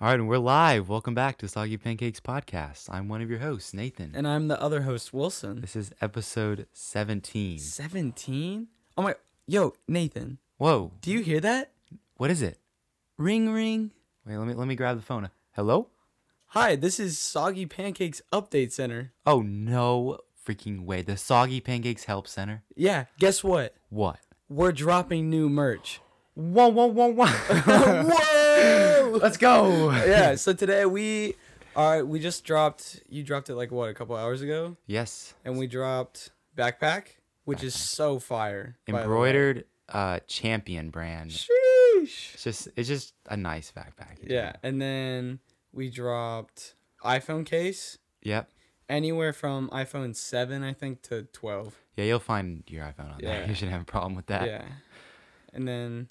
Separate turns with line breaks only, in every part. All right, and we're live. Welcome back to Soggy Pancakes Podcast. I'm one of your hosts, Nathan.
And I'm the other host, Wilson.
this is episode 17.
17? Oh my. Yo, Nathan,
Whoa,
do you hear that?
what is it?
Ring, ring.
Wait, let me let me grab the phone. Hello?
Hi, this is Soggy Pancakes Update Center.
Oh no freaking way. The Soggy Pancakes Help Center.
Yeah, guess what?
What?
We're dropping new merch.
Whoa, whoa, whoa, whoa.
Whoa!
Let's go.
yeah, so today we are. We just dropped. You dropped it like what, a couple hours ago?
Yes.
And we dropped Backpack, which is so fire. by the way.
Embroidered uh champion brand.
Sheesh.
It's just it's just a nice backpack.
Yeah, and then we dropped iPhone case.
Yep.
anywhere from iPhone 7, I think, to 12.
Yeah, you'll find your iPhone on there.
Yeah.
You shouldn't have a problem with that.
Yeah. And then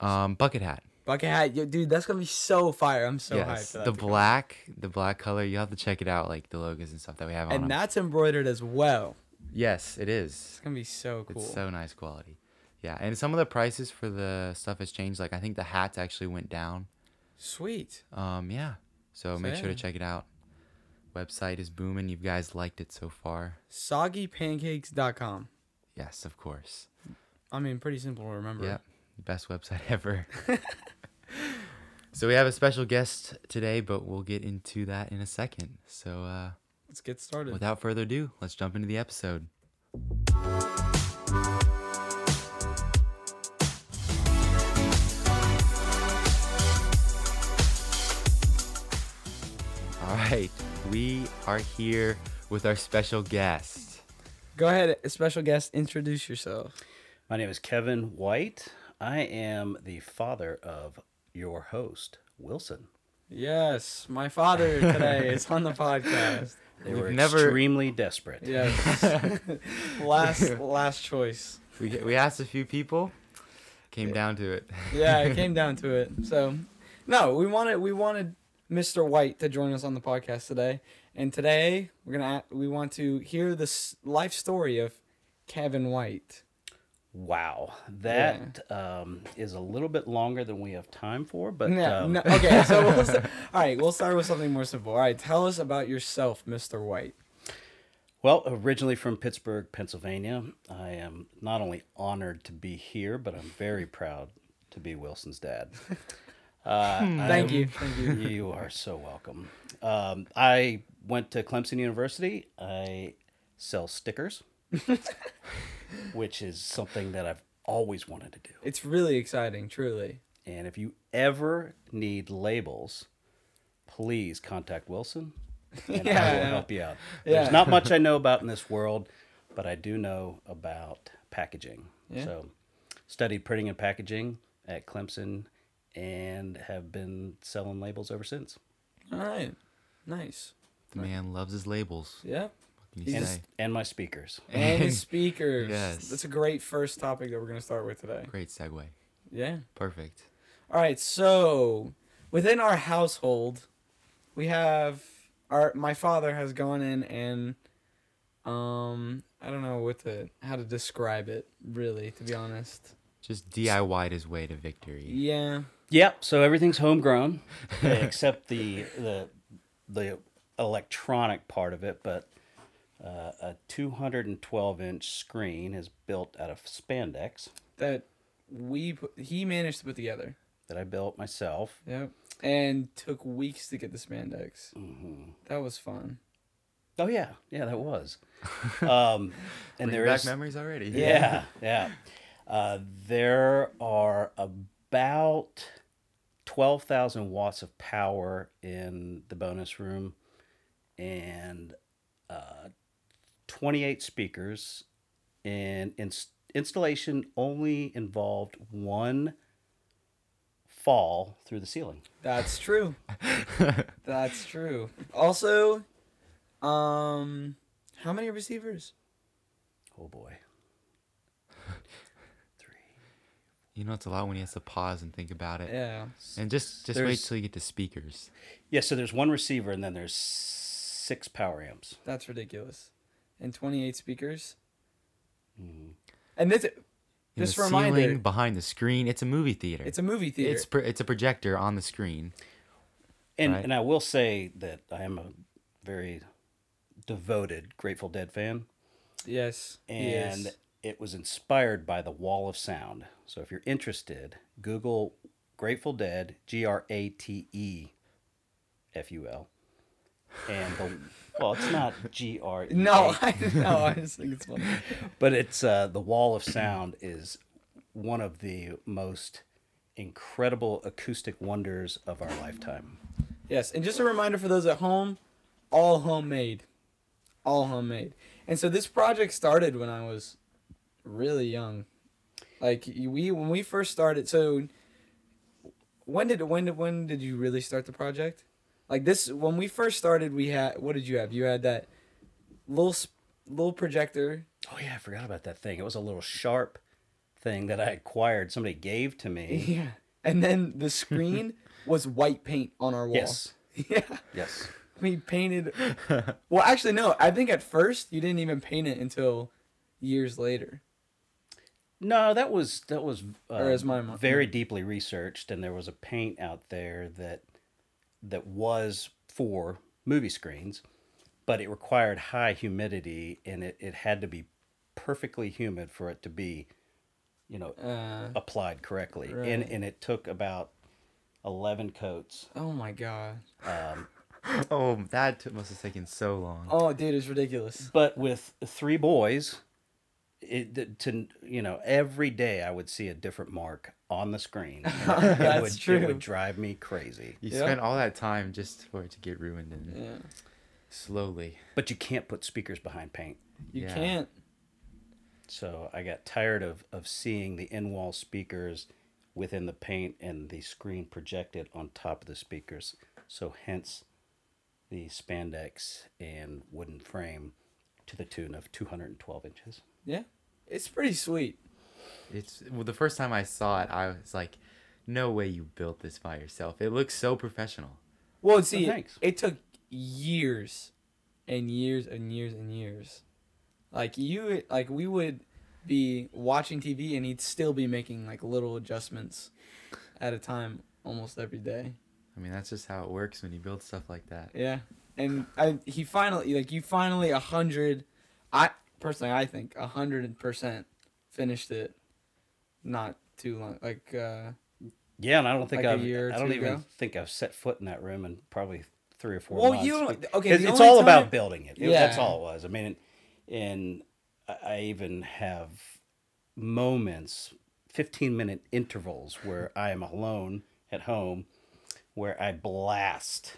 Um bucket hat.
bucket hat, yo, dude, that's gonna be so fire. I'm so hyped.
yes.
For that
The
to come.
black, the black color. You'll have to check it out, like the logos and stuff that we have on
and
'em.
that's embroidered as well.
yes, it is.
It's gonna be so cool.
It's so nice quality. Yeah, and some of the prices for the stuff has changed. Like I think the hats actually went down.
Sweet.
Um, yeah. So,
So,
make sure to
yeah.
check it out. Website is booming. You guys liked it so far.
Soggypancakes.com.
Yes, of course.
I mean, pretty simple to remember.
Yep. Best website ever. so we have a special guest today, but we'll get into that in a second. So uh,
Let's get started.
without further ado, let's jump into the episode. All right, we are here with our special guest.
Go ahead, special guest, introduce yourself.
My name is Kevin White. I am the father of your host, Wilson.
Yes, my father today is on the podcast.
They
We've
were
never-
extremely desperate.
Yes. last last choice.
We, we asked a few people, came down to it.
yeah, it came down to it. So, no, we wanted we wanted Mr. White to join us on the podcast today, and today we're gonna we want to hear the s- life story of Kevin White.
Wow, that um, is a little bit longer than we have time for, but
No,
um,
no, okay, so we'll st- all right, we'll start with something more simple. All right, tell us about yourself, Mr. White.
well, originally from Pittsburgh, Pennsylvania, I am not only honored to be here, but I'm very proud to be Wilson's dad. Uh,
Hmm, Thank
I'm-
you, thank you.
you are so welcome. Um, I went to Clemson University. I sell stickers, which is something that I've always wanted to do.
It's really exciting, truly.
And if you ever need labels, please contact Wilson, and
Yeah,
I
I
will
know.
help you out.
Yeah.
There's not much I know about in this world, but I do know about packaging.
Yeah.
So, studied printing and packaging at Clemson, and have been selling labels ever since.
All right, nice.
The man loves his labels.
Yep.
What can you
He's-
say?
and my speakers.
And his speakers.
Yes.
That's a great first topic that we're gonna start with today.
Great segue.
Yeah.
Perfect.
All right, so within our household, we have our my father has gone in and um I don't know what to how to describe it really to be honest.
Just DIY'd his way to victory.
Yeah.
Yep. So everything's homegrown, except the the the electronic part of it. But uh, a 212 inch screen is built out of spandex
That we put, he managed to put together.
that I built myself.
Yep. And took weeks to get the spandex.
hmm
That was fun.
Oh yeah, yeah, that was. Um, and there
back
is
memories already.
yeah yeah. Uh, there are about 12,000 watts of power in the bonus room and uh, 28 speakers. And ins- installation only involved one fall through the ceiling.
That's true. That's true. Also, um how many receivers?
Oh boy. Three.
You know, it's a lot when he has to pause and think about it.
Yeah.
And just just wait
There's-
till you get to speakers.
Yeah, so there's one receiver and then there's six power amps.
That's ridiculous. And 28 speakers.
Mhm.
And this,
In
just
the
a reminder,
ceiling, behind the screen, it's a movie theater.
it's a movie theater.
It's pro- it's a projector on the screen.
And
Right.
and I will say that I am a very devoted Grateful Dead fan,
Yes.
and
yes.
it was inspired by the Wall of Sound. So if you're interested, Google Grateful Dead G R A T E F U L, and the well, it's not G R. E
No, I know. I just think it's funny.
but it's uh, the wall of sound is one of the most incredible acoustic wonders of our lifetime
Yes, and just a reminder for those at home, all homemade. All homemade. And so this project started when I was really young. Like y- we when we first started, so when did when did when did you really start the project? Like this when we first started, we had what did you have? You had that little sp- little projector.
oh yeah i forgot about that thing it was a little sharp thing that i acquired somebody gave to me
Yeah. And then the screen was white paint on our wall.
yes
Yeah.
yes
We painted. Well, actually, no. I think at first you didn't even paint it until years later.
no that was that was uh,
Or is my mo-
very deeply researched and there was a paint out there that that was for movie screens but it required high humidity and it, it had to be perfectly humid for it to be you know
Uh,
applied correctly and
Right.
and it took about 11 coats
oh my god.
um,
Oh, that took, must have taken so long.
Oh, dude, it's ridiculous.
but with three boys it th- to you know every day i would see a different mark on the screen and it
That's
would, it
true.
would drive me crazy
you
yeah.
spent all that time just for it to get ruined and
Yeah.
slowly.
but you can't put speakers behind paint
You
Yeah.
can't.
so i got tired of of seeing the in-wall speakers within the paint and the screen projected on top of the speakers so hence the spandex and wooden frame to the tune of 212 inches
Yeah. It's pretty sweet.
It's well, the first time I saw it, I was like, "No way you built this by yourself! It looks so professional."
Well, see, it,
thanks.
it took years and years and years and years. Like you, like we would be watching TV, and he'd still be making like little adjustments at a time almost every day.
I mean, that's just how it works when you build stuff like that.
Yeah, and I, he finally like you finally a hundred. I personally I think a hundred percent finished it. Not too long, like uh,
Yeah, and I don't think
Like a
I've.
year or
I don't
two
even
ago?
think I've set foot in that room in probably three or four.
Well,
months.
you don't-
Be-
okay,
It's,
the
it's
only
all about
time-
building it. It-
Yeah.
That's all it was. I mean, and I I even have moments, fifteen minute intervals where I am alone at home, where I blast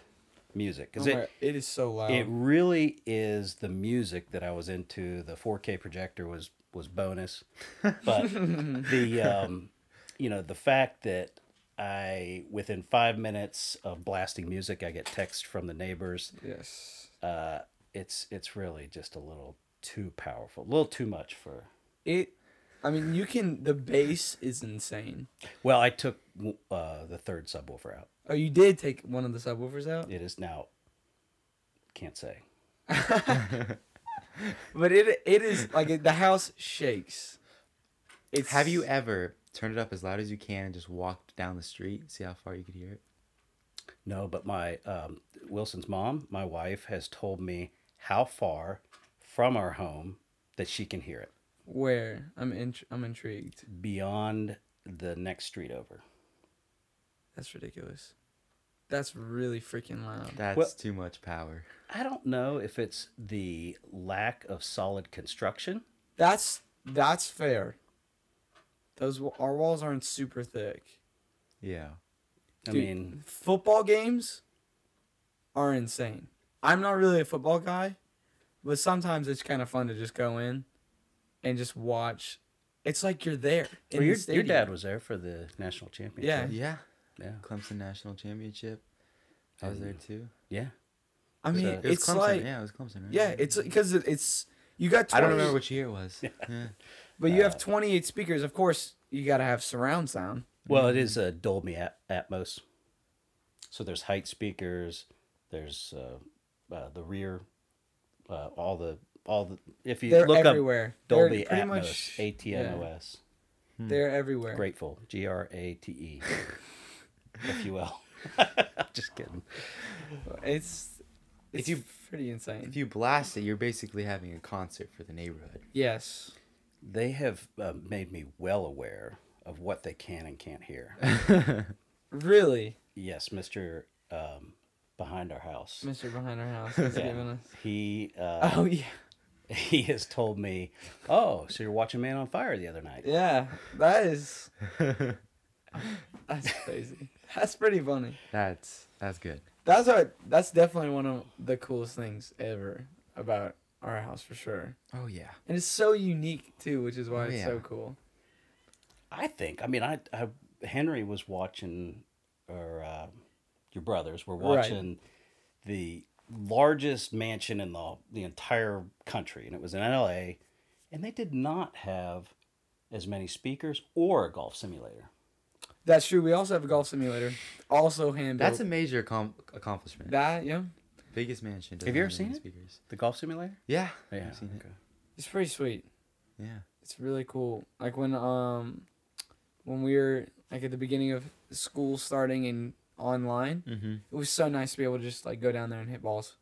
music because
oh
it
my- it is so loud.
it really is the music that I was into. The 4K projector was was bonus, but the um, you know the fact that I within five minutes of blasting music, I get text from the neighbors.
yes,
Uh, it's it's really just a little too powerful, a little too much for.
it. I mean, you can. The bass is insane.
Well, I took uh, the third subwoofer out.
Oh, you did take one of the subwoofers out,
It is now. Can't say.
but it it is like it, the house shakes. It's
Have you ever turned it up as loud as you can and just walked down the street, see how far you could hear it?
No, but my um, Wilson's mom, my wife, has told me how far from our home that she can hear it
where I'm in, I'm intrigued.
beyond the next street over.
That's ridiculous. That's really freaking loud.
That's
Well-
too much power.
I don't know if it's the lack of solid construction.
That's that's fair. Those wa- our walls aren't super thick.
Yeah.
I
Dude.
mean,
Football games are insane. I'm not really a football guy, but sometimes it's kind of fun to just go in and just watch. It's like you're there. in the
well, your, your
stadium.
dad was there for the national championship.
Yeah.
Yeah. Yeah.
Clemson national championship. I was there too.
Yeah.
Mm-hmm. I mean,
It
It was
it's
Clemson.
like yeah,
yeah, it was Clemson. Right?
it's because it, it's you got. 20,
I don't remember which year it was. Yeah.
but you have 28 speakers. Of course, you got to have surround sound.
Well, it is a Dolby At- Atmos. So there's height speakers. There's uh, uh, the rear. Uh, all the all the if you
They're
look
everywhere.
up
They're
Dolby
pretty
Atmos,
much-
ATMOS.
They're everywhere.
Grateful, G R A T E, F U L. Just kidding.
It's
If
it's
you-
pretty insane.
If you blast it, you're basically having a concert for the neighborhood.
yes.
They have uh, made me well aware of what they can and can't hear.
Really,
yes, Mister um, behind our house.
Mr. Behind Our House has
Yeah.
given us.
He uh,
Oh yeah,
he has told me, "Oh, so you're watching Man on Fire the other night?"
yeah. That is that's crazy. That's pretty funny.
That's that's good.
That's what. That's definitely one of the coolest things ever about our house for sure.
Oh yeah.
And it's so unique too, which is why
Oh,
it's
yeah.
so cool.
I think. I mean, I, I Henry was watching, or uh, your brothers were
Right.
watching the largest mansion in the the entire country, and it was in L.A. And they did not have as many speakers or a golf simulator.
That's true. We also have a golf simulator, also hand built.
That's a major com- accomplishment.
that yeah,
Biggest mansion.
Have you ever
doesn't
seen
any
it?
Speakers.
The golf simulator?
Yeah.
Yeah.
I've seen it.
okay.
it's pretty sweet.
Yeah.
It's really cool. Like when um when we were like at the beginning of school starting and online,
Mm-hmm.
it was so nice to be able to just like go down there and hit balls.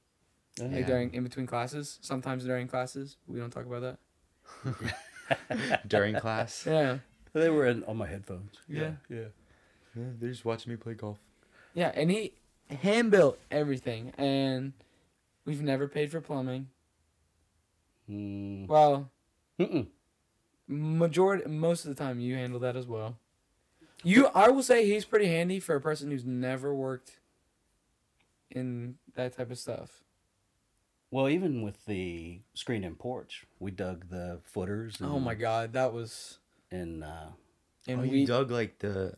Yeah.
Like during in between classes. Sometimes during classes. We don't talk about that.
During class. Yeah.
Yeah.
They were in on my headphones.
Yeah.
Yeah.
They're just watching me play golf.
Yeah, and he hand built everything and we've never paid for plumbing.
Mm.
Well,
Mm-mm.
majority most of the time you handle that as well. You I will say he's pretty handy for a person who's never worked in that type of stuff.
Well, even with the screen and porch, we dug the footers. And,
Oh my god, that was
And uh,
and
oh,
we
you dug like the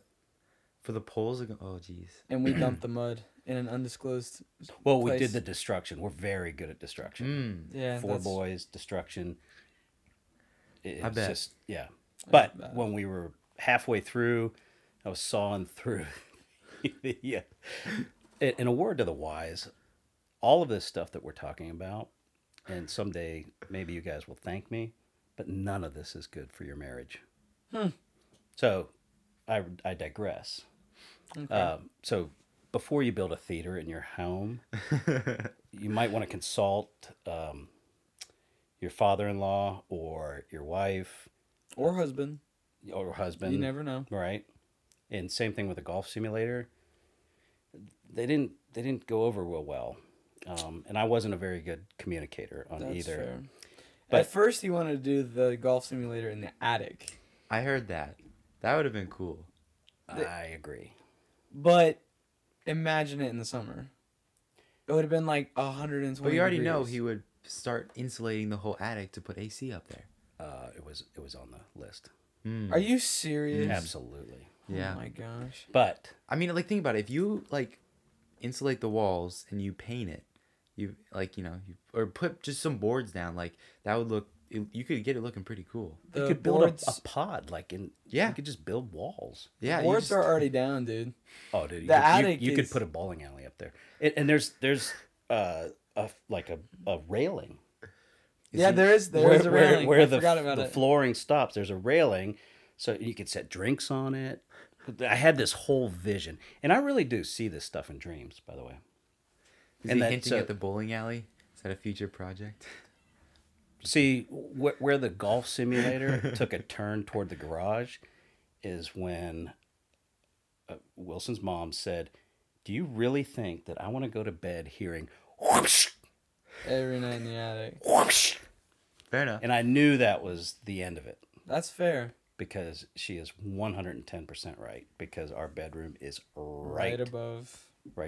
for the poles. ag- Oh jeez.
and we dumped the mud in an undisclosed.
well, we
place.
did the destruction. We're very good at destruction.
Mm.
Yeah,
Four
that's-
boys, destruction. It-
I
it's
bet.
Just, yeah,
that's
but
bad.
when we were halfway through, I was sawing through. uh, yeah. In in a word to the wise, all of this stuff that we're talking about, and someday maybe you guys will thank me, but none of this is good for your marriage. So I, I digress. Um, so before you build a theater in your home, you might want to consult um, your father in law or your wife
or husband,
or husband.
you never know.
Right. And same thing with the golf simulator. They didn't they didn't go over real well. Um, and I wasn't a very good communicator on
That's
either.
fair.
But-
At first, he wanted to do the golf simulator in the attic,
I heard that. That would have been cool.
I agree.
but imagine it in the summer. It would have been like a hundred and twenty.
But you already know he would start insulating the whole attic to put AC up there.
Uh, it was it was on the list.
Mm.
Are you serious?
Absolutely.
yeah.
Oh my gosh.
But
I mean, like think about it. If you like insulate the walls and you paint it, you like you know you or put just some boards down. Like that would look. It, you could get it looking pretty cool.
The
you could build a,
boards,
a pod like in
Yeah.
You could just build walls.
Yeah. you
boards
just-
are already down, dude.
Oh, dude, you,
The
could, you-
attic
you, could
is-
put a bowling alley up there, and, and there's there's uh a like a, a railing. You
yeah,
see,
there is there
where,
is a
where-
railing.
where
I
the,
forgot about
the
it.
flooring stops. There's a railing, so you could set drinks on it. I had this whole vision, and I really do see this stuff in dreams. By the way,
Is
and
he
that-
hinting
so-
at the bowling alley? Is that a future project?
see wh- where the golf simulator took a turn toward the garage is when uh, Wilson's mom said, "Do you really think that I want to go to bed hearing whoosh
Every night in the attic.
whoosh?"
Fair enough.
And I knew that was the end of it
That's fair.
because she is 110% right because our bedroom is
Right,
right right,
above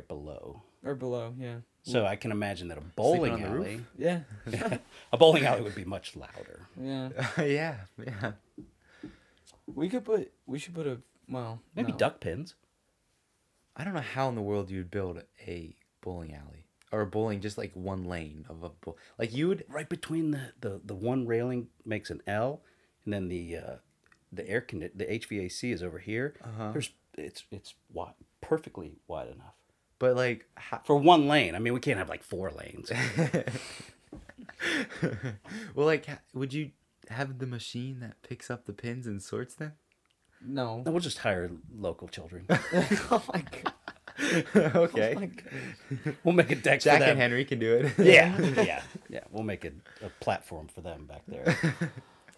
below.
or below. Yeah.
So I can imagine that a
Sleeping
bowling
Mm. on the roof?
alley
Yeah.
a bowling alley would be much louder.
Yeah.
yeah, yeah.
We could put. We should put a. Well,
Maybe
no.
duck pins.
I don't know how in the world you would build a bowling alley or a bowling just like one lane of a bowl. Like you would.
Right between the, the, the one railing makes an L and then the uh, the air condi- the HVAC is over here.
Uh-huh.
There's it's it's wide, perfectly wide enough.
But like, how,
For one lane. I mean, we can't have like four lanes.
well, like, ha- would you have the machine that picks up the pins and sorts them?
No.
we'll just hire local children.
oh my god.
okay.
We'll make a deck
Jack
for them.
and Henry can do it.
Yeah, yeah, yeah. We'll make a, a platform for them back there.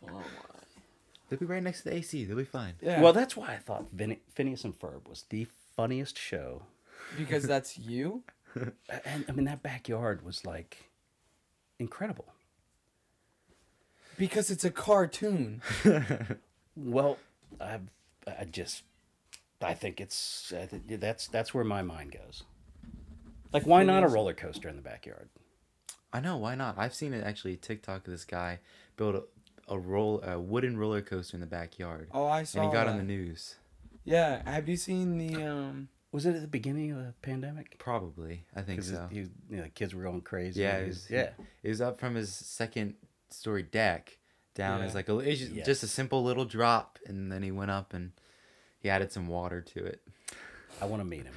Oh
They'll be right next to the AC. They'll be fine.
Yeah.
Well, that's why I thought Vin- Phineas and Ferb was the funniest show.
because that's you.
A- And I mean, that backyard was like incredible.
Because it's a cartoon.
Well, I, I just, I think it's I thi- that's that's where my mind goes. Like, why not a roller coaster in the backyard?
I know. Why not? I've seen it actually. TikTok of this guy build a, a roll a wooden roller coaster in the backyard,
Oh, I saw.
and he got
that.
on the news.
Yeah. Have you seen the um?
Was it at the beginning of the pandemic?
Probably, I think
Because
so.
you know, the kids were going crazy.
yeah,
It
it
was-
was,
yeah.
It was up from his second story deck down
Yeah.
as like a it's just,
Yeah.
just a simple little drop, and then he went up and he added some water to it.
I want to meet him.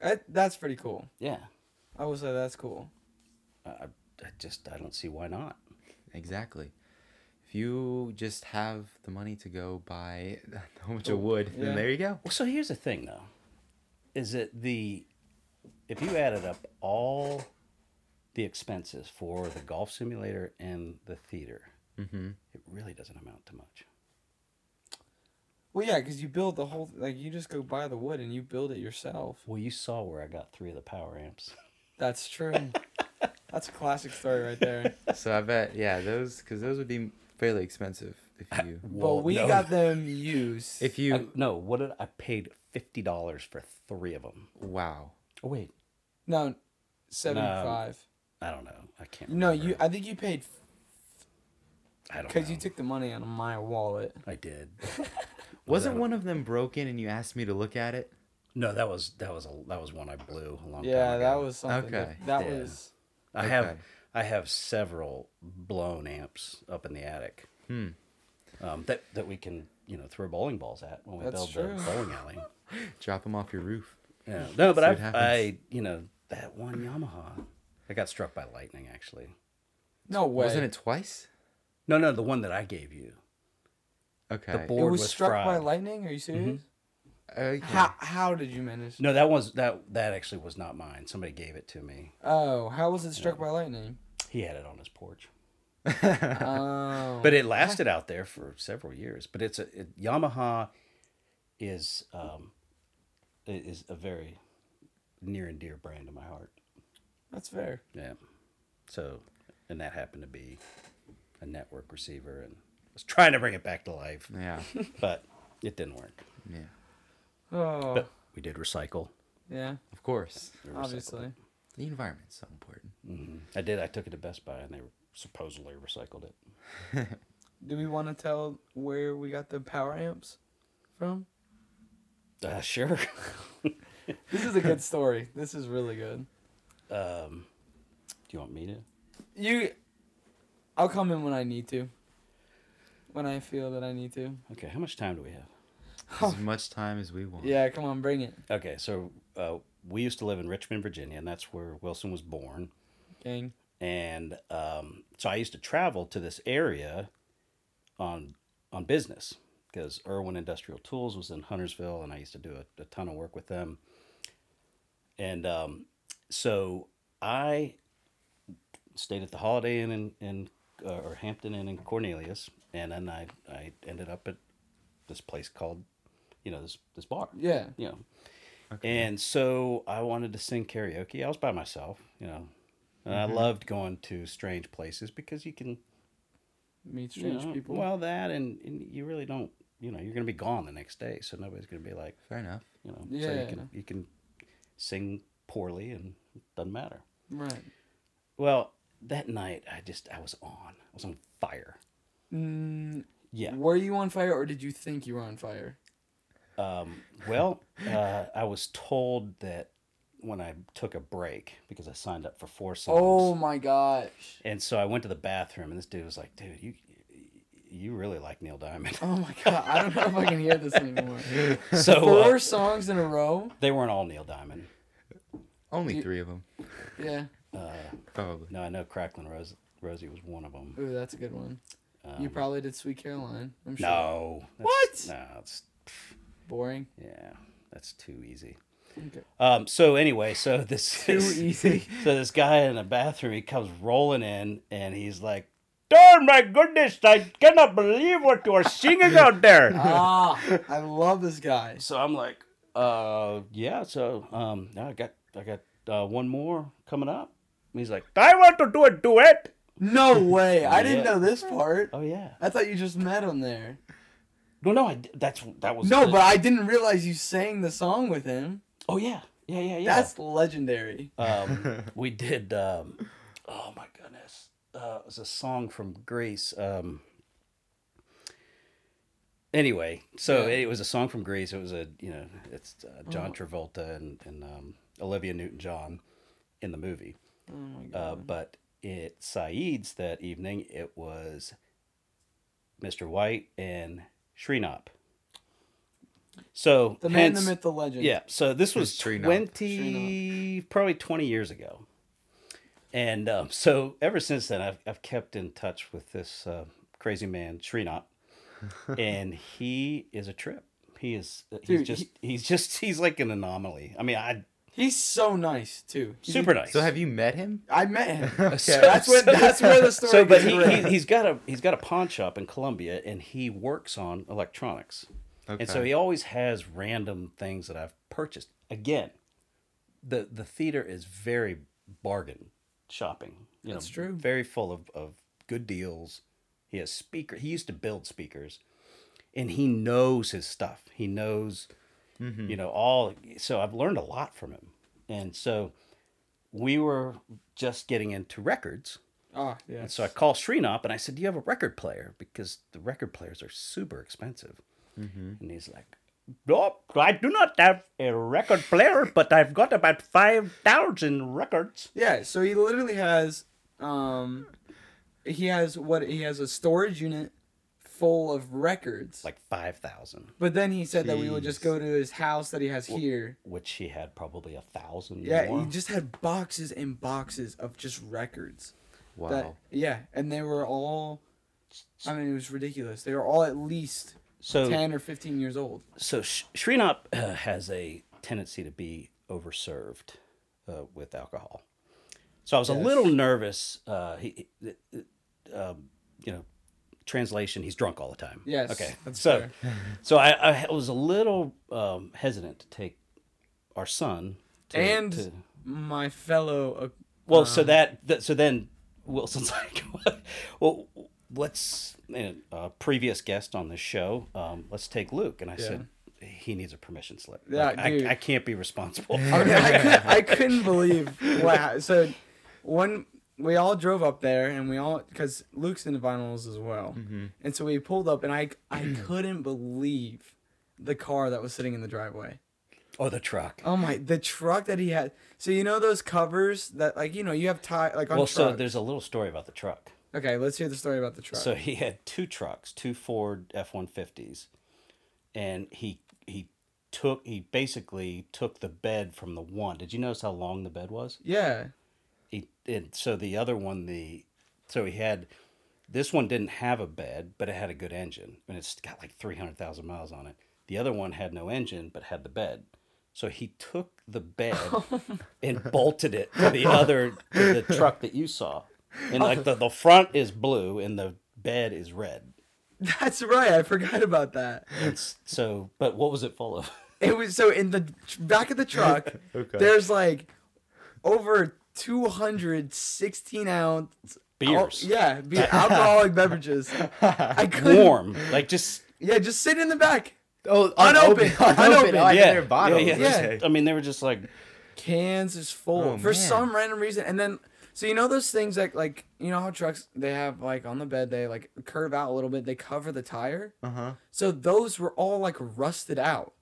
That, that's pretty cool.
Yeah,
I will say that's cool.
I, I I just I don't see why not.
Exactly. If you just have the money to go buy a bunch
Oh,
of wood,
yeah.
then there you go.
Well, so here's the thing, though, is that the if you added up all the expenses for the golf simulator and the theater,
Mm-hmm.
it really doesn't amount to much.
Well, yeah, because you build the whole like you just go buy the wood and you build it yourself.
Well, you saw where I got three of the power amps.
That's true. that's a classic story right there.
So I bet, yeah, those because those would be fairly expensive if you
but we
no.
got them used.
if
I-
you
no, what did I paid fifty dollars for three of them?
wow.
Oh wait,
no, seventy-five.
I don't know. I can't.
No,
remember.
you. I think you paid
I don't
because
know.
you took the money out of my wallet.
I did.
Wasn't
that-
one of them broken and you asked me to look at it?
No, that was that was a that was one I blew a long time
Yeah,
ago.
that was something.
Okay,
diff- That
yeah.
was.
I have
Okay.
I have several blown amps up in the attic.
Hmm.
Um, that that we can you know throw bowling balls at when we
That's
build the
true.
bowling alley.
Drop them off your roof.
Yeah. No, but
See
I
what happens.
I you know that one Yamaha. I got struck by lightning actually.
No way.
Wasn't it twice?
No, no, the one that I gave you.
Okay. Oh,
The
It
board
was, struck by
fried.
lightning. Are you serious?
Mm-hmm. Okay.
How how did you manage?
No, that was that that actually was not mine. Somebody gave it to me.
Oh, how was it struck by lightning?
He had it on his porch.
Oh,
But it lasted out there for several years. But it's a it, Yamaha is um, i- is a very near and dear brand to my heart.
that's fair.
Yeah. So, and that happened to be a network receiver, and I was trying to bring it back to life,
Yeah.
but it didn't work.
Yeah.
Oh,
But we did recycle.
yeah,
Of course.
We recycled
obviously.
it.
The environment's so important.
Mhm. I did. I took it to Best Buy, and they supposedly recycled it.
Do we want to tell where we got the power amps from?
Uh, sure.
This is a good story. This is really good.
um, do you want me to?
You, I'll come in when I need to. When I feel that I need to.
Okay. How much time do we have? Oh.
As much time as we want.
Yeah, come on, bring it.
Okay, so uh, we used to live in Richmond, Virginia, and that's where Wilson was born.
Gang.
And um, so I used to travel to this area on on business because Irwin Industrial Tools was in Huntersville, and I used to do a, a ton of work with them. And um, so I stayed at the Holiday Inn in, in uh, or Hampton Inn in Cornelius, and then I, I ended up at this place called, you know, this this bar
Yeah.
you know. And so I wanted to sing karaoke. I was by myself, you know. And
Mm-hmm.
I loved going to strange places because you can
Meet
you
strange
know,
people.
Well, that and, and you really don't, you know, you're going to be gone the next day, so nobody's going to be like,
Fair enough.
you know, so
Yeah.
you can you can sing poorly and it doesn't matter.
right.
Well, that night I just I was on. I was on fire.
Mm,
Yeah.
Were you on fire, or did you think you were on fire?
Um, well, uh, I was told that when I took a break because I signed up for four songs.
Oh my gosh.
And so I went to the bathroom, and this dude was like, "Dude, you you really like Neil Diamond."
Oh my god. I don't know if I can hear this anymore.
so
Four
uh,
songs in a row.
they weren't all Neil Diamond.
Only three of them,
Yeah.
probably.
No, I know Cracklin' Rose, Rosie was one of them.
Ooh, that's a good one.
Um,
you probably did Sweet Caroline. I'm sure.
No,
What?
that's- No, it's
Boring.
yeah, that's too easy. Um, so anyway, so this
Too easy.
so this guy in the bathroom, he comes rolling in and he's like, "Oh my goodness, I cannot believe what you are singing out there."
ah, I love this guy.
so I'm like, "Uh, yeah." So um, now I got I got uh, one more coming up. And he's like, "I want to do a duet."
No way. I didn't
Yeah.
know this part.
Oh yeah.
I thought you just met him there.
No, no, I, di- that's that was
No,
the-
but I didn't realize you sang the song with him.
oh yeah, yeah, yeah, yeah.
That's legendary.
um, we did. Um, oh my goodness, uh, it was a song from Greece. Um, anyway, so
Yeah. Oh.
it was a song from Greece. It was a you know, it's uh, John Travolta and and um, Olivia Newton John in the movie.
Oh my god.
Uh, but at Saeed's that evening, it was Mr. White and Shreenop. So
the man, the
hence-
myth, the legend.
yeah, so this was
Sure enough.
twenty, probably twenty years ago, and um, so ever since then, I've I've kept in touch with this uh, crazy man Srinath, and he is a trip. He is uh, he's
Dude,
just he's just he's like an anomaly. I mean, I
He's so nice too. He's-
super nice.
So have you met him?
I met him.
Okay.
So-
That's when.
so-
That's where the story.
so, but
gets
he,
real.
he he's got a he's got a pawn shop in Colombia, and he works on electronics,
okay.
and so he always has random things that I've purchased. Again, the the theater is very bargain shopping. You
That's true.
Very full of of good deals. He has speaker. He used to build speakers, and he knows his stuff. He knows, you know, all. So I've learned a lot from him, and so we were just getting into records.
Ah, yeah.
And so I called Sreenop and I said, Do you have a record player? Because the record players are super expensive.
Mm-hmm.
And he's like, No, I do not have a record player, but I've got about 5,000 records.
Yeah, so he literally has um he has what he has a storage unit full of records.
Like 5,000,
but then he said that we would just
Jeez.
go to his house that he has here.
which he had probably a thousand.
Yeah,
more.
he just had boxes and boxes of just records.
wow.
That yeah, and they were all I mean it was ridiculous. They were all at least
so,
10 or 15 years old.
so Sh- Sreenop uh, has a tendency to be overserved uh, with alcohol. So I was a
Yes.
little nervous. Uh, he, he- uh, um, you know, translation: he's drunk all the time.
Yes,
Okay.
that's
so, so I, I was a little um, hesitant to take our son. To,
and
to-
my fellow uh,
well, so that, that so then Wilson's like, well, let's and a previous guest on this show, um, let's take Luke, and I said he needs a permission slip.
Yeah,
Like,
dude.
I, I can't be responsible.
I, mean, I, couldn't, I couldn't believe what happened. So, when we all drove up there, and we all because Luke's into vinyls as well,
Mm-hmm.
and so we pulled up, and I I couldn't believe the car that was sitting in the driveway.
or the truck.
Oh my, the truck that he had. So you know those covers that like you know you have tie like on
Well, so
truck.
there's a little story about the truck.
okay, let's hear the story about the truck.
So he had two trucks, two Ford F one fifties, and he he took he basically took the bed from the one. Did you notice how long the bed was?
yeah,
He and so the other one the so he had this one didn't have a bed, but it had a good engine, and it's got like three hundred thousand miles on it. The other one had no engine, but had the bed. So he took the bed and bolted it to the other to the truck that you saw, and like the the front is blue and the bed is red.
that's right. I forgot about that.
It's so, but what was it
Oh,
full of?
It was so in the tr- back of the truck.
Okay.
There's like over 216 ounce
Beers.
Al- yeah, be- alcoholic beverages. I couldn't.
warm, like just
Yeah, just sit in the back.
oh,
Unopened. Unopened.
Oh, I
yeah,
yeah. Their bottles.
yeah, yeah.
Okay.
I mean, they were just like
Cans is full
Oh,
for
man.
some random reason, and then so you know those things that like you know how trucks they have like on the bed they like curve out a little bit they cover the tire.
Uh huh.
So those were all like rusted out,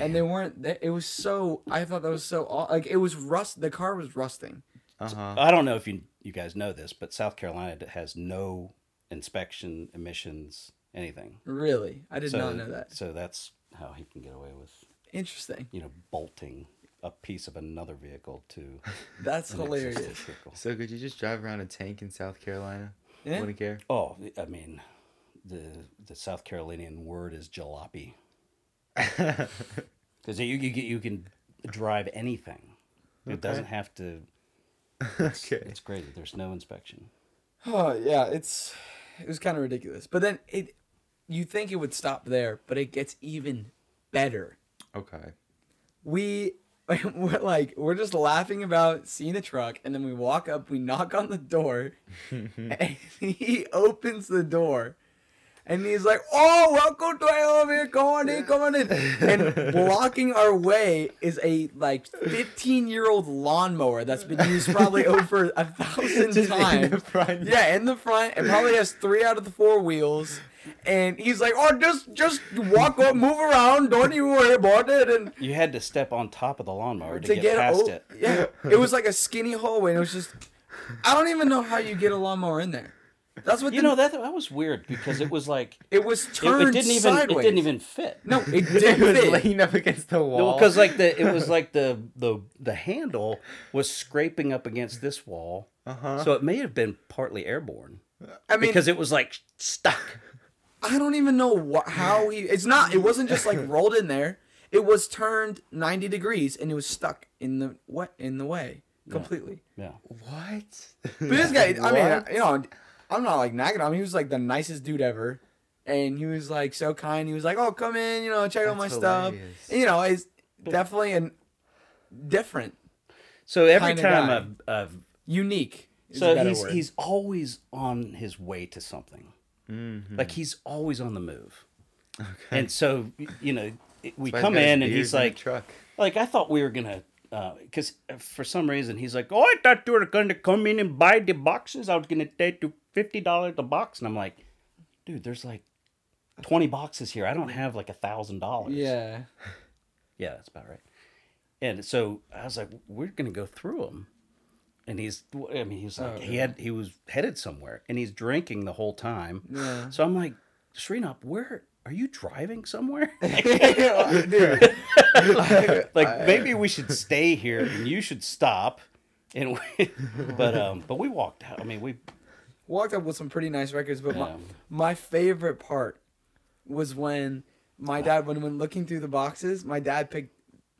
and they weren't. They, it was so I thought that was so aw- like it was rust. The car was rusting.
Uh huh.
Uh-huh.
I don't know if you you guys know this, but South Carolina d- has no inspection, emissions, anything.
Really, I did
So,
not know that.
So that's how he can get away with
Interesting.
you know bolting a piece of another vehicle to
That's
an existing
hilarious.
vehicle.
So could you just drive around a tank in South Carolina?
Yeah.
Wouldn't care.
Oh, I mean, the the South Carolinian word is jalopy because you you get- you can drive anything. It doesn't have to.
okay.
It's great. that There's no inspection.
Oh yeah, it's it was kind of ridiculous. But then it, you think it would stop there, but it gets even better.
Okay.
We we're like we're just laughing about seeing the truck, and then we walk up, we knock on the door, and he opens the door. And he's like, "Oh, welcome to our here. Come on in, come on in." And blocking our way is a like fifteen-year-old lawnmower that's been used probably over a thousand
Just in
times.
the front.
Yeah, in the front. It probably has three out of the four wheels. And he's like, "Oh, just just walk up, move around. Don't even worry about it." And
You had to step on top of the lawnmower to,
to
get,
get,
past
o-
it.
Yeah, it was like a skinny hallway, and it was just. I don't even know how you get a lawnmower in there. That's what
You
the-
know that that was weird because it was like
It was
it, it
turned
didn't even
sideways.
it didn't even fit.
No, it
It
didn't.
was
fit.
laying up against the wall.
because like the it was like the the the handle was scraping up against this wall,
Uh-huh.
so it may have been partly airborne
I mean,
because it was like stuck.
I don't even know wha- how he. It's not. It wasn't just like rolled in there. It was turned ninety degrees, and it was stuck in the what in the way completely.
Yeah,
what?
But this guy, I mean,
What?
you know, I'm not like nagging on him. He was like the nicest dude ever, and he was like so kind. He was like, "Oh, come in, you know, check out my
That's
stuff."
hilarious.
And, you know, it's definitely an different,
so every
Kinda
time
guy.
I've, I've
unique. is a
so
better
he's
word.
he's always on his way to something.
Mm,
Like he's always on the move, and so you know it- we
Why
come
he's got his
in and
beard
he's
the
like
truck.
Like I thought we were gonna, because for some reason he's like, "Oh, I thought you were gonna come in and buy the boxes. I was gonna take you fifty dollars a box." And I'm like, "Dude, there's like twenty boxes here. I don't have like a thousand dollars."
yeah.
yeah, that's about right. And so I was like, "We're gonna go through them." And he's, I mean, he was
Oh,
like, he had, he was headed somewhere, and he's drinking the whole time.
Yeah.
So I'm like, Sreenap, where are you driving somewhere?
Dude, Oh
like maybe we should stay here and you should stop and we, but um but we walked out i mean we
walked up with some pretty nice records, but my,
Yeah.
my favorite part was when my dad, when when looking through the boxes, my dad picked,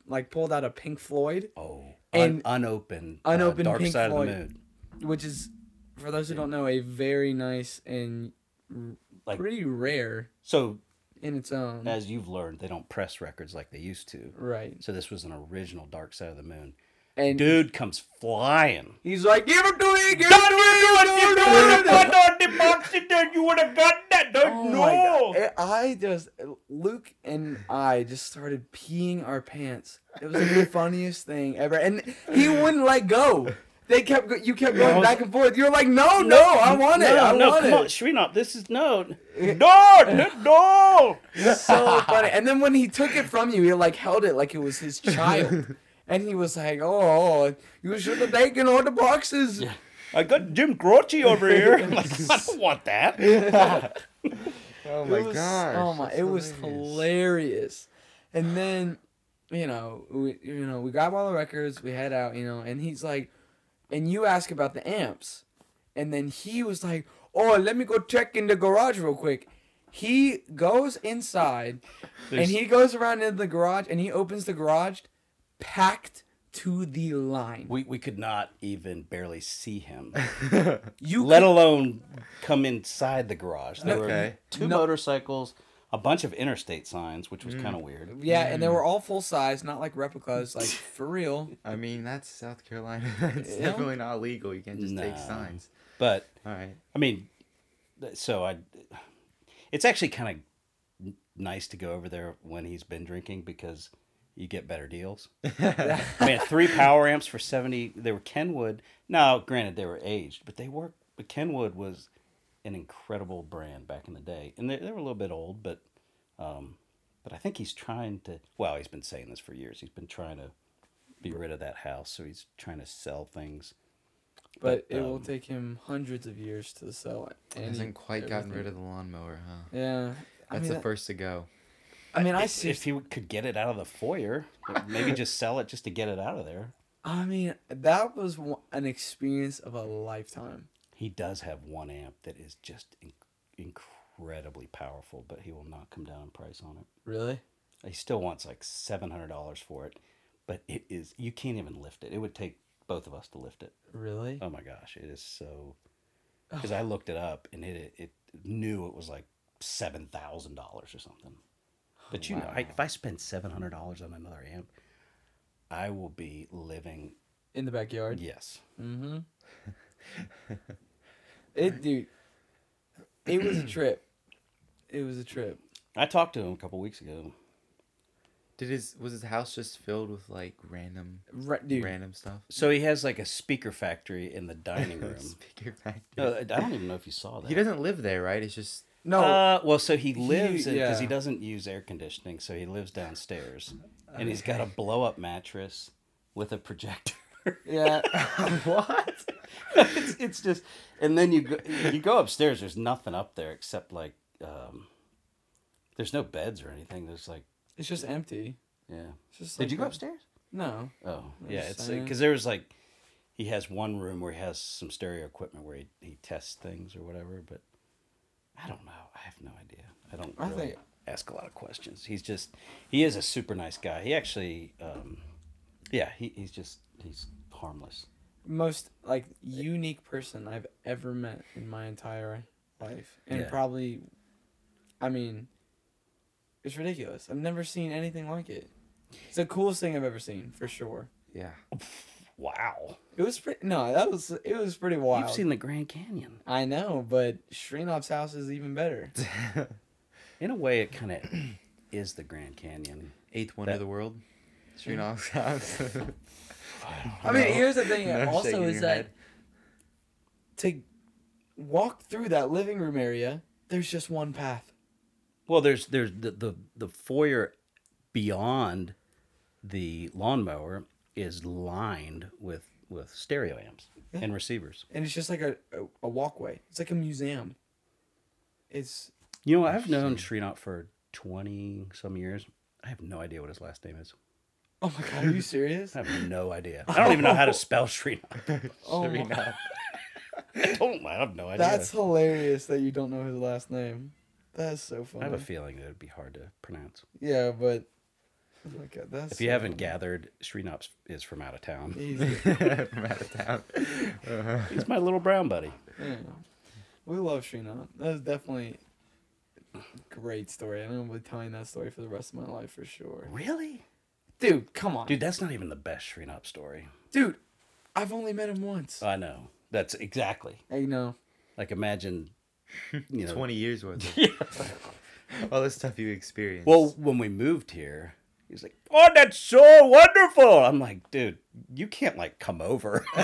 like, pulled out a Pink Floyd.
oh
And-
and unopened uh,
Unopened
dark
Pink
side
Floyd.
of the moon
which is for those who don't know a very nice and r-
Like-
pretty rare
so
in its own
as you've learned they don't press records like they used to
right
so this was an original dark side of the moon
and
dude comes flying
he's like give it to me give it to me give it to me
you would have gotten that
Oh my God. It- I just Luke and I just started peeing our pants. It was like the funniest thing ever, and he wouldn't let go. They kept go- you kept going back and forth. You're like, no, no, I want it,
no,
I
no,
want
come
it.
on, Sreenath, this is no, no, no, no.
so funny. And then when he took it from you, he like held it like it was his child. And he was like, "Oh, you should have taken all the boxes."
I got Jim Croce over here. I'm like, I don't want that.
Oh
It
my
was-
gosh.
Oh my!
that's
It was
hilarious.
hilarious. And then, you know, we you know we grab all the records, we head out, you know, and he's like, and you ask about the amps, and then he was like, "Oh, let me go check in the garage real quick." He goes inside,
There's-
and he goes around in the garage, and he opens the garage, packed to the line.
We, we could not even barely see him,
You
let alone come inside the garage. There were
Okay.
two
No.
motorcycles, a bunch of interstate signs, which was kind of weird.
could- yeah, and they were all full size, not like replicas, like for real.
I mean, that's South Carolina. That's
Yeah.
definitely not legal. You can't just take
No.
signs.
But
All right.
I mean, th- so I, it's actually kind of nice to go over there when he's been drinking because you get better deals. I mean, three power amps for seventy. They were Kenwood. Now, granted, they were aged, but they were. But Kenwood was an incredible brand back in the day, and they, they were a little bit old, but, um, but I think he's trying to. Well, he's been saying this for years. He's been trying to be rid of that house, so he's trying to sell things.
but
But,
it will
um,
take him hundreds of years to sell it.
It
and
hasn't quite gotten
everything.
rid of the lawnmower, huh?
Yeah, I
That's
mean,
the first to go.
I mean, I
if,
see.
if he could get it out of the foyer, maybe just sell it just to get it out of there.
I mean, that was one- an experience of a lifetime.
He does have one amp that is just in- incredibly powerful, but he will not come down in price on it.
Really?
He still wants like seven hundred dollars for it, but it is you can't even lift it. It would take both of us to lift it.
Really?
Oh my gosh, it is so. Because I looked it up and it it knew it was like seven thousand dollars or something.
Oh,
But you know, I, if I spend seven hundred dollars on another amp, I will be living.
In the backyard.
Yes,
Mm-hmm. it dude. It was a trip. It was a trip.
I talked to him a couple weeks ago.
Did his was his house just filled with like random
Right, dude.
random stuff?
So he has like a speaker factory in the dining room.
Speaker factory.
No, I don't even know if you saw that.
he doesn't live there, right? It's just
No,
Uh, well, so he lives because
yeah.
he doesn't use air conditioning, so he lives downstairs, and he's got a blow up mattress with a projector.
yeah.
what?
it's, it's just, and then you go, you go upstairs. There's nothing up there except like, um, there's no beds or anything. There's like,
It's just empty.
yeah.
It's just
Did
like
you go
a-
upstairs?
No.
Oh,
I'm
yeah.
just
It's
saying.
because there was like, he has one room where he has some stereo equipment where he, he tests things or whatever. But I don't know. I have no idea. I don't
I
really
think-
ask a lot of questions. He's just, he is a super nice guy. He actually, um, yeah, he, he's just, he's harmless.
Most like unique person I've ever met in my entire life, and
Yeah.
probably, I mean, it's ridiculous. I've never seen anything like it. It's the coolest thing I've ever seen for sure.
Yeah.
Wow.
It was pretty. No, that was it was pretty wild.
You've seen the Grand Canyon.
I know, but Shrinov's house is even better.
In a way, it kind of is the Grand Canyon.
Eighth wonder
That-
of the world. Sriniv's house.
I mean, here's the thing.
No shaking
also, is
your
that
head.
to walk through that living room area, there's just one path.
Well, there's there's the the, the foyer beyond the lawnmower is lined with with stereo amps and receivers.
and it's just like a, a, a walkway. It's like a museum. It's
You know, I've known Srinath for twenty some years. I have no idea what his last name is.
oh my god, are you serious?
I have no idea. I don't even know how to spell Srinath.
oh, my-
I don't. I have no idea.
that's hilarious that you don't know his last name. That's so
I
funny.
have a feeling that it'd be hard to pronounce.
yeah, but oh my god, that's
If you
so
haven't gathered, Srinath is from out of town.
easy.
From out of town.
He's my little brown buddy.
Yeah. We love Sheena. That is definitely a great story. I'm gonna be telling that story for the rest of my life for sure.
Really?
Dude, come on.
Dude, that's not even the best Shreenop story.
Dude, I've only met him once.
I know. That's exactly.
I know.
Like imagine you know
Twenty years worth. Of All the stuff you experienced.
Well, when we moved here, he's like, Oh, that's so wonderful. I'm like, dude, you can't like come over.
he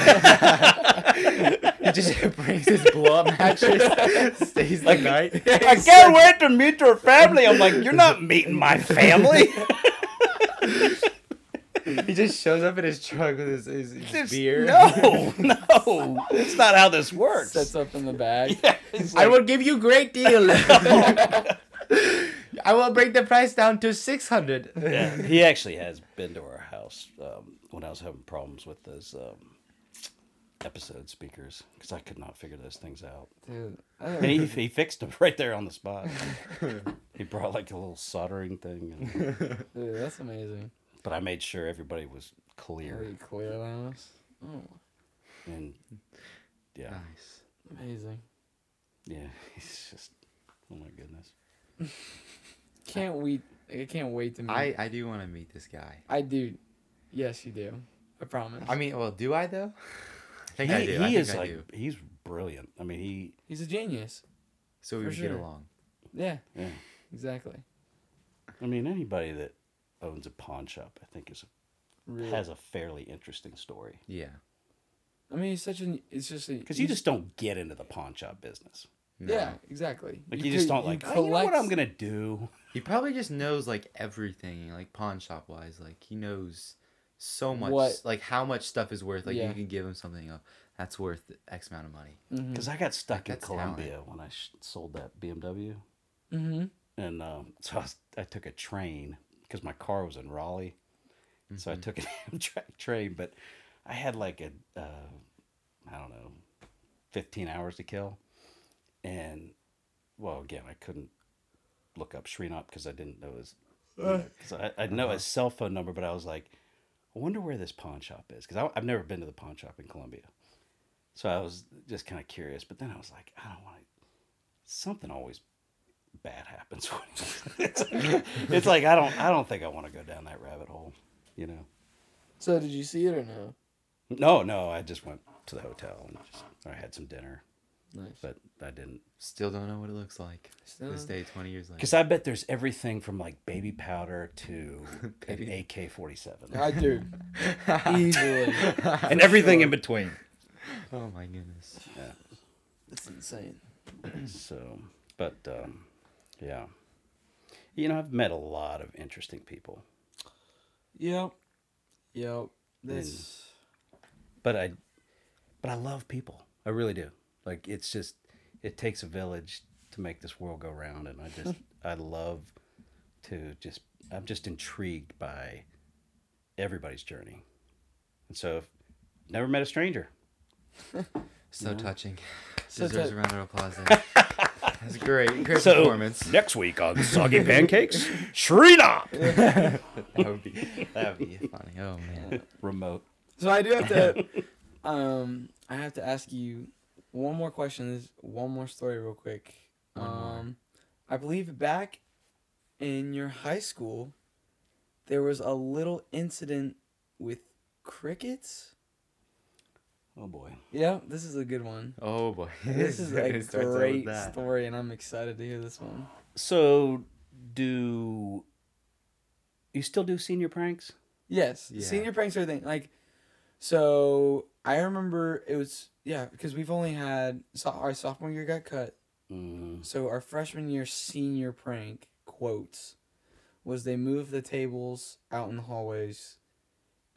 just brings his blow up mattress, stays the night.
I can't wait to meet your family. I'm like, you're not meeting my family.
He just shows up in his truck with his, his, his
It's-
beer.
No, no. That's not how this works.
Sets up in the bag.
yeah, he's
I
like,
will give you great deal. I will bring the price down to six hundred.
Yeah, he actually has been to our house um, when I was having problems with those um, episode speakers because I could not figure those things out.
Dude, I
And he, he fixed them right there on the spot. he brought like a little soldering thing, and,
Dude, that's amazing.
but I made sure everybody was
Very
clear
clear on us. Oh,
and yeah,
Nice.
amazing.
yeah. He's just oh my goodness.
Can't wait. I can't wait to meet.
I I do want to meet this guy.
I do. Yes, you do. I promise.
I mean, well, do I though? I think
He,
I do.
he
I think
is
I
like
do.
he's brilliant. I mean, he
He's a genius.
So we
for
would get
sure.
along.
Yeah,
yeah.
exactly.
I mean anybody that owns a pawn shop, I think is
Really.
has a fairly interesting story.
Yeah.
I mean, he's such an. It's just a.
Because you just don't get into the pawn shop business.
No.
Yeah, exactly.
Like you, just
could-
don't like. "Oh, you know what
collect-
I'm gonna do?
He probably just knows like everything, like pawn shop wise. Like he knows so much,
What-
like how much stuff is worth. Like
Yeah.
you can give him something up that's worth X amount of money.
Mhm.
Because I got stuck in
That's talent.
Colombia when I sh- sold that BMW,
Mhm.
and um, so I, was, I took a train because my car was in Raleigh, so I
Mm-hmm.
took an Amtrak train. But I had like a, uh, I don't know, fifteen hours to kill, and well, again, I couldn't look up Shreenop because I didn't know his. Because I, I know his cell phone number, but I was like, I wonder where this pawn shop is because I've never been to the pawn shop in Columbia. So I was just kind of curious, but then I was like, I don't want to. Something always bad happens. when- it's, like, it's like I don't. I don't think I want to go down that rabbit hole. You know.
So did you see it or no?
No, no. I just went to the hotel and just I had some dinner,
Nice.
but I didn't
Mm-hmm. Still don't know what it looks like.
Uh,
Still-
This day, twenty years later.
Because I bet there's everything from like baby powder to an
Baby-
AK 47
I do. Easily.
and everything in between.
Oh my goodness.
It's insane.
So, but um, yeah. You know, I've met a lot of interesting people,
Yep. Yep. That's
but I, but I love people. I really do. Like, it's just, it takes a village to make this world go round. And I just, I love to just, I'm just intrigued by everybody's journey. And so, never met a stranger.
So touching.
So
Deserves
tou-
a round of applause. There. That's great. Great
So-
performance.
Next week on Soggy Pancakes, Shrina!
That would be that would be funny. Oh man.
Remote.
So I do have to, um, I have to ask you one more question. This one more story, real quick.
One more.
Um, I believe back in your high school, there was a little incident with crickets.
Oh boy.
Yeah, this is a good one.
Oh boy.
This is a
It starts out with
great
that.
story, and I'm excited to hear this one.
So, do you still do senior pranks?
Yes,
Yeah.
senior pranks are a thing. Like, so I remember it was yeah because we've only had so our sophomore year got cut.
Mm.
So our freshman year senior prank quotes was they moved the tables out in the hallways,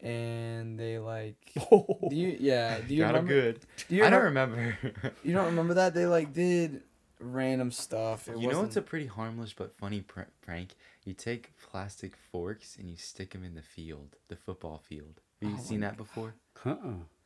and they like. Do you yeah? Do you
Got it
remember?
good.
Do you
I don't
remem-
remember.
You don't remember that they like did random stuff. It
you know
wasn't-
it's a pretty harmless but funny pr- prank. You take plastic forks and you stick them in the field, the football field. Have you
Oh
seen that before?
Huh?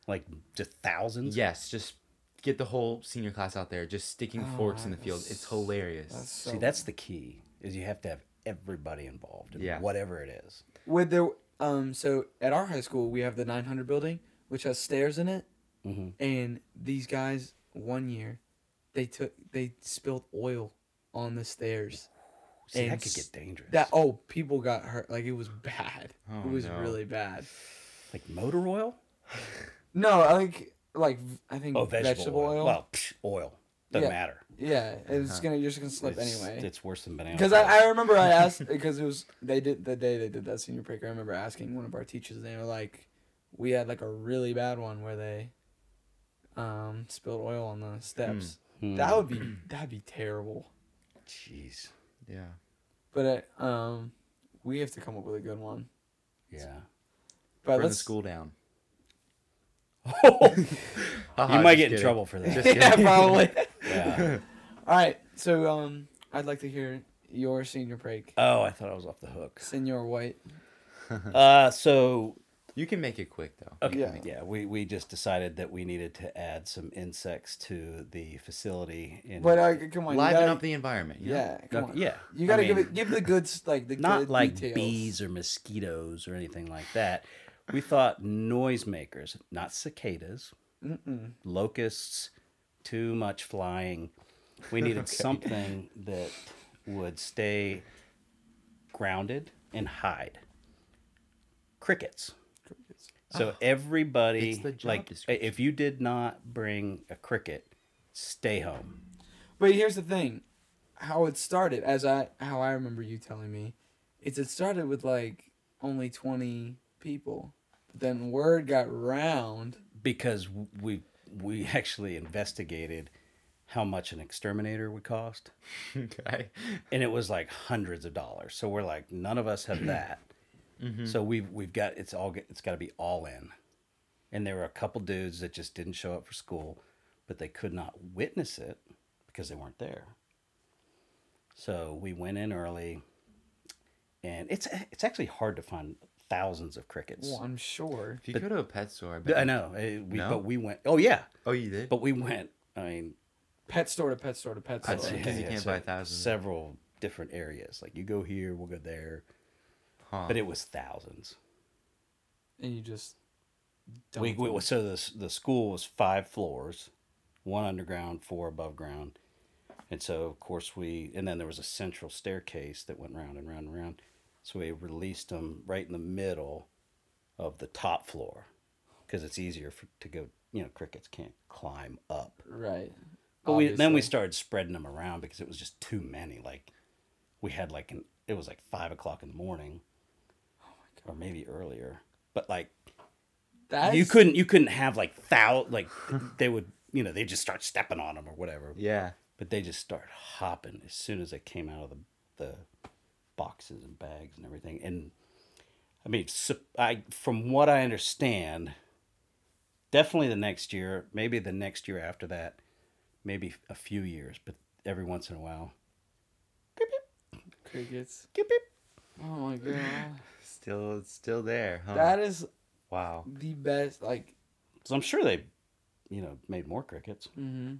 Like just thousands?
Yes. Just get the whole senior class out there, just sticking
Oh,
forks in the
I-
field. It's hilarious.
That's so
See, that's the key is you have to have everybody involved in
Yeah.
whatever it is.
Would there um so at our high school we have the 900 building which has stairs in it
Mhm.
and these guys one year they took they spilled oil on the stairs
See,
And
that could
s-
get dangerous.
that oh people got hurt like it was bad
Oh,
it was
no.
really bad
like motor oil?
no I think like v- I think
Oh, vegetable, oil. Well, psh, oil. Doesn't
Mm, Yeah.
matter.
yeah it's gonna you're just gonna slip
it's,
anyway
It's worse than banana.
Because I, I remember I asked because it was they did the day they did that senior break. I remember asking one of our teachers, and they were like, "We had like a really bad one where they, um, spilled oil on the steps.
Hmm.
That would be that'd be terrible.
Jeez.
yeah.
But uh, um, we have to come up with a good one.
Yeah.
But
Burn the
let's
school down.
you
Haha,
might
just
get in
kidding.
trouble for that.
yeah probably.
yeah.
All right, so um, I'd like to hear your senior break,
Oh, I thought I was off the hook.
Senor White.
Uh, so
You can make it quick though.
okay,
Yeah.
yeah. we we just decided that we needed to add some insects to the facility. In,
But uh,
Oh,
come on, you
Liven
gotta-
up the environment. you know?
yeah, come on.
yeah,
You gotta
I
give
mean,
it give the good s- like the
not
good
like
details.
bees or mosquitoes or anything like that. We thought noisemakers, not cicadas,
Mm-mm.
locusts, too much flying. We needed something that would stay grounded and hide. Crickets. So everybody,
It's the job
like,
description.
if you did not bring a cricket, stay home.
But here's the thing, how it started, as I how I remember you telling me, is it started with like only twenty people. But then word got round.
because we we actually investigated how much an exterminator would cost
okay.
and it was like hundreds of dollars so we're like none of us have that
Mm-hmm.
so we've we've got it's all it's got to be all in and there were a couple dudes that just didn't show up for school but they could not witness it because they weren't there so we went in early and it's it's actually hard to find thousands of crickets
Well, I'm sure.
If you go to a pet store, I bet.
i know eh, we,
No?
but we went oh yeah
Oh, you did.
but we went. I mean,
Pet store to pet store to pet store.
I'd say- Because you can't buy thousands.
Several different areas. Like you go here, we'll go there.
Huh.
But it was thousands.
and you just
we,
dump
we
them.
so the s- the school was five floors, one underground, four above ground, and so of course we and then there was a central staircase that went round and round and round, so we released them right in the middle of the top floor, because it's easier for, to go. You know, crickets can't climb up.
right.
But we, then we
Obviously.
started spreading them around because it was just too many. Like we had like an it was like five o'clock in the morning, or maybe earlier. But like
That's,
you couldn't you couldn't have like thou like they would you know they just start stepping on them or whatever.
Yeah.
But they just start hopping as soon as they came out of the the boxes and bags and everything. And I mean, sup- I from what I understand, definitely the next year, maybe the next year after that, maybe a few years, but every once in a while.
crickets.
Beep, beep.
Oh my god,
Still, it's still there, huh?
that is
wow.
the best. Like
So I'm sure they, you know, made more crickets.
hmm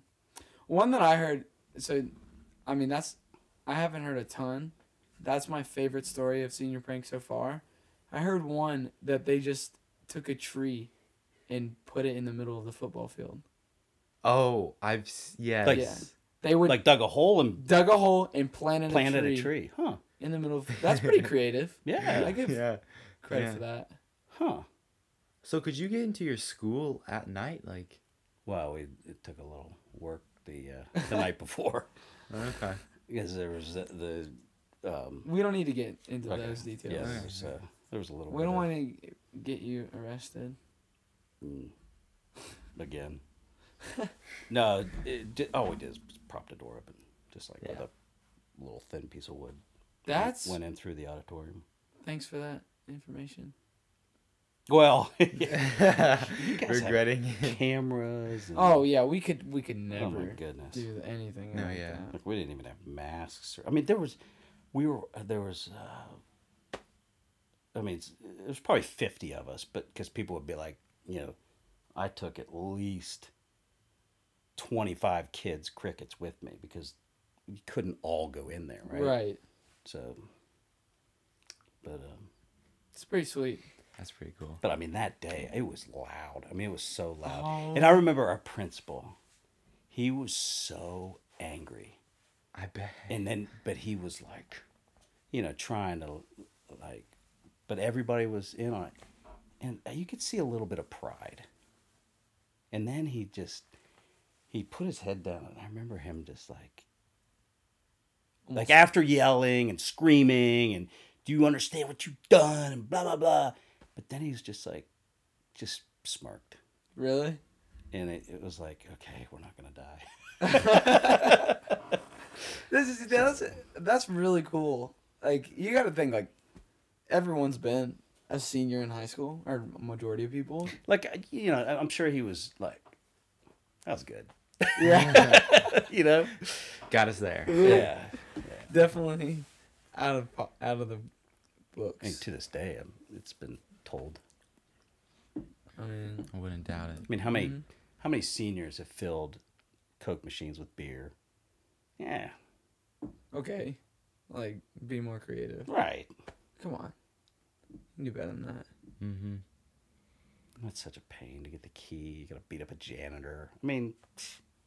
One that I heard. So, I mean, that's I haven't heard a ton. That's my favorite story of senior prank so far. I heard one that they just took a tree and put it in the middle of the football field.
Oh, I've s- yes.
Like-
Yeah. They would
Like dug a hole and
dug a hole and planted,
planted
a, tree
a tree. Huh.
in the middle of. That's pretty creative.
Yeah.
I give
yeah.
credit
yeah.
for that.
Huh.
So could you get into your school at night? Like,
Well, we, it took a little work the uh, the night before
okay.
because there was the, the um,
We don't need to get into
okay.
those details.
Yeah, there was, uh, there was a little.
We
bit
don't
of-
want to get you arrested.
Mm. again. no, it did, all we did is prop the door open, just like with
Yeah.
a little thin piece of wood. and it
That's
went in through the auditorium.
thanks for that information.
Well, yeah, guys have-
Regretting it.
cameras. And,
Oh yeah, we could we could
oh my
never
goodness!
do anything.
No,
like
yeah.
that.
Like we didn't even have masks. Or, I mean, there was, we were there was. Uh, I mean, it's- it was probably fifty of us, but because people would be like, you know, I took at least twenty-five kids crickets with me because you couldn't all go in there, right?
Right.
So, but um,
It's pretty sweet.
That's pretty cool.
but I mean, that day it was loud. I mean, it was so loud. And I remember our principal. He was so angry.
I bet.
And then, but he was like, you know, trying to, like, but everybody was in on it. And you could see a little bit of pride. And then he just, he put his head down. And I remember him just like, like after yelling and screaming and do you understand what you've done and blah, blah, blah. But then he was just like, just smirked.
Really?
And it, it was like, okay, we're not going to die.
This is that's that's really cool. Like you got to think like everyone's been a senior in high school or majority of people.
Like, I- you know, I- I'm sure he was like, that was good.
Yeah.
you know?
Got us there.
Yeah.
Definitely out of po- out of the
I mean,
books.
to this day, um, it's been told.
I mean,
I wouldn't doubt it.
I mean, how many how many seniors have filled Coke machines with beer? Yeah,
okay. Like be more creative.
right.
Come on. You can do better than that.
Mm-hmm.
That's such a pain to get the key. You gotta beat up a janitor. I mean,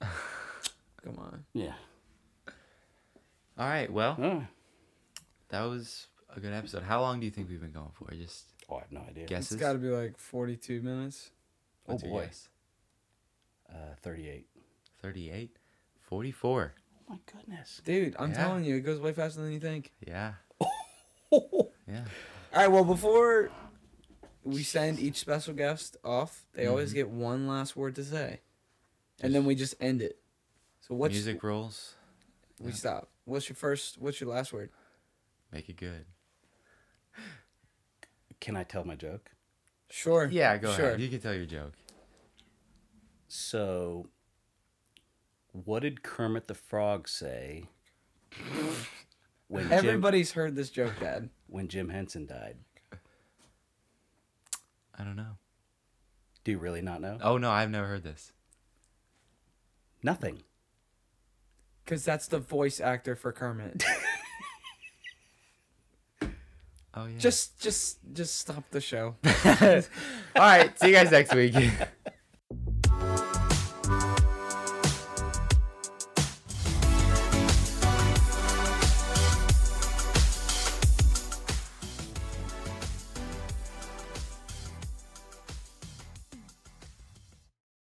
Come on.
yeah.
All right. Well,
Uh,
that was a good episode. How long do you think we've been going for? Just
oh, I have no idea.
guesses.
It's got to be like 42 minutes.
Oh
What's your
boy,
guess?
uh, thirty-eight.
38, 44.
Oh my goodness.
Dude, I'm
Yeah.
telling you, it goes way faster than you think.
Yeah. Yeah.
All right, well, before we send each special guest off, they always get one last word to say. And then we Mm-hmm. just end it. So what's
Music rolls.
we stop. What's your first what's your last word?
Make it good.
Can I tell my joke?
Sure.
Yeah. Go
sure.
ahead. You can tell your joke.
So, what did Kermit the Frog say when Jim-
Everybody's heard this joke, Dad.
when Jim Henson died?
I don't know.
Do you really not know?
Oh no, I've never heard this.
Nothing.
Cuz that's the voice actor for Kermit.
Oh yeah.
Just, just, just stop the show.
All right. See you guys next week.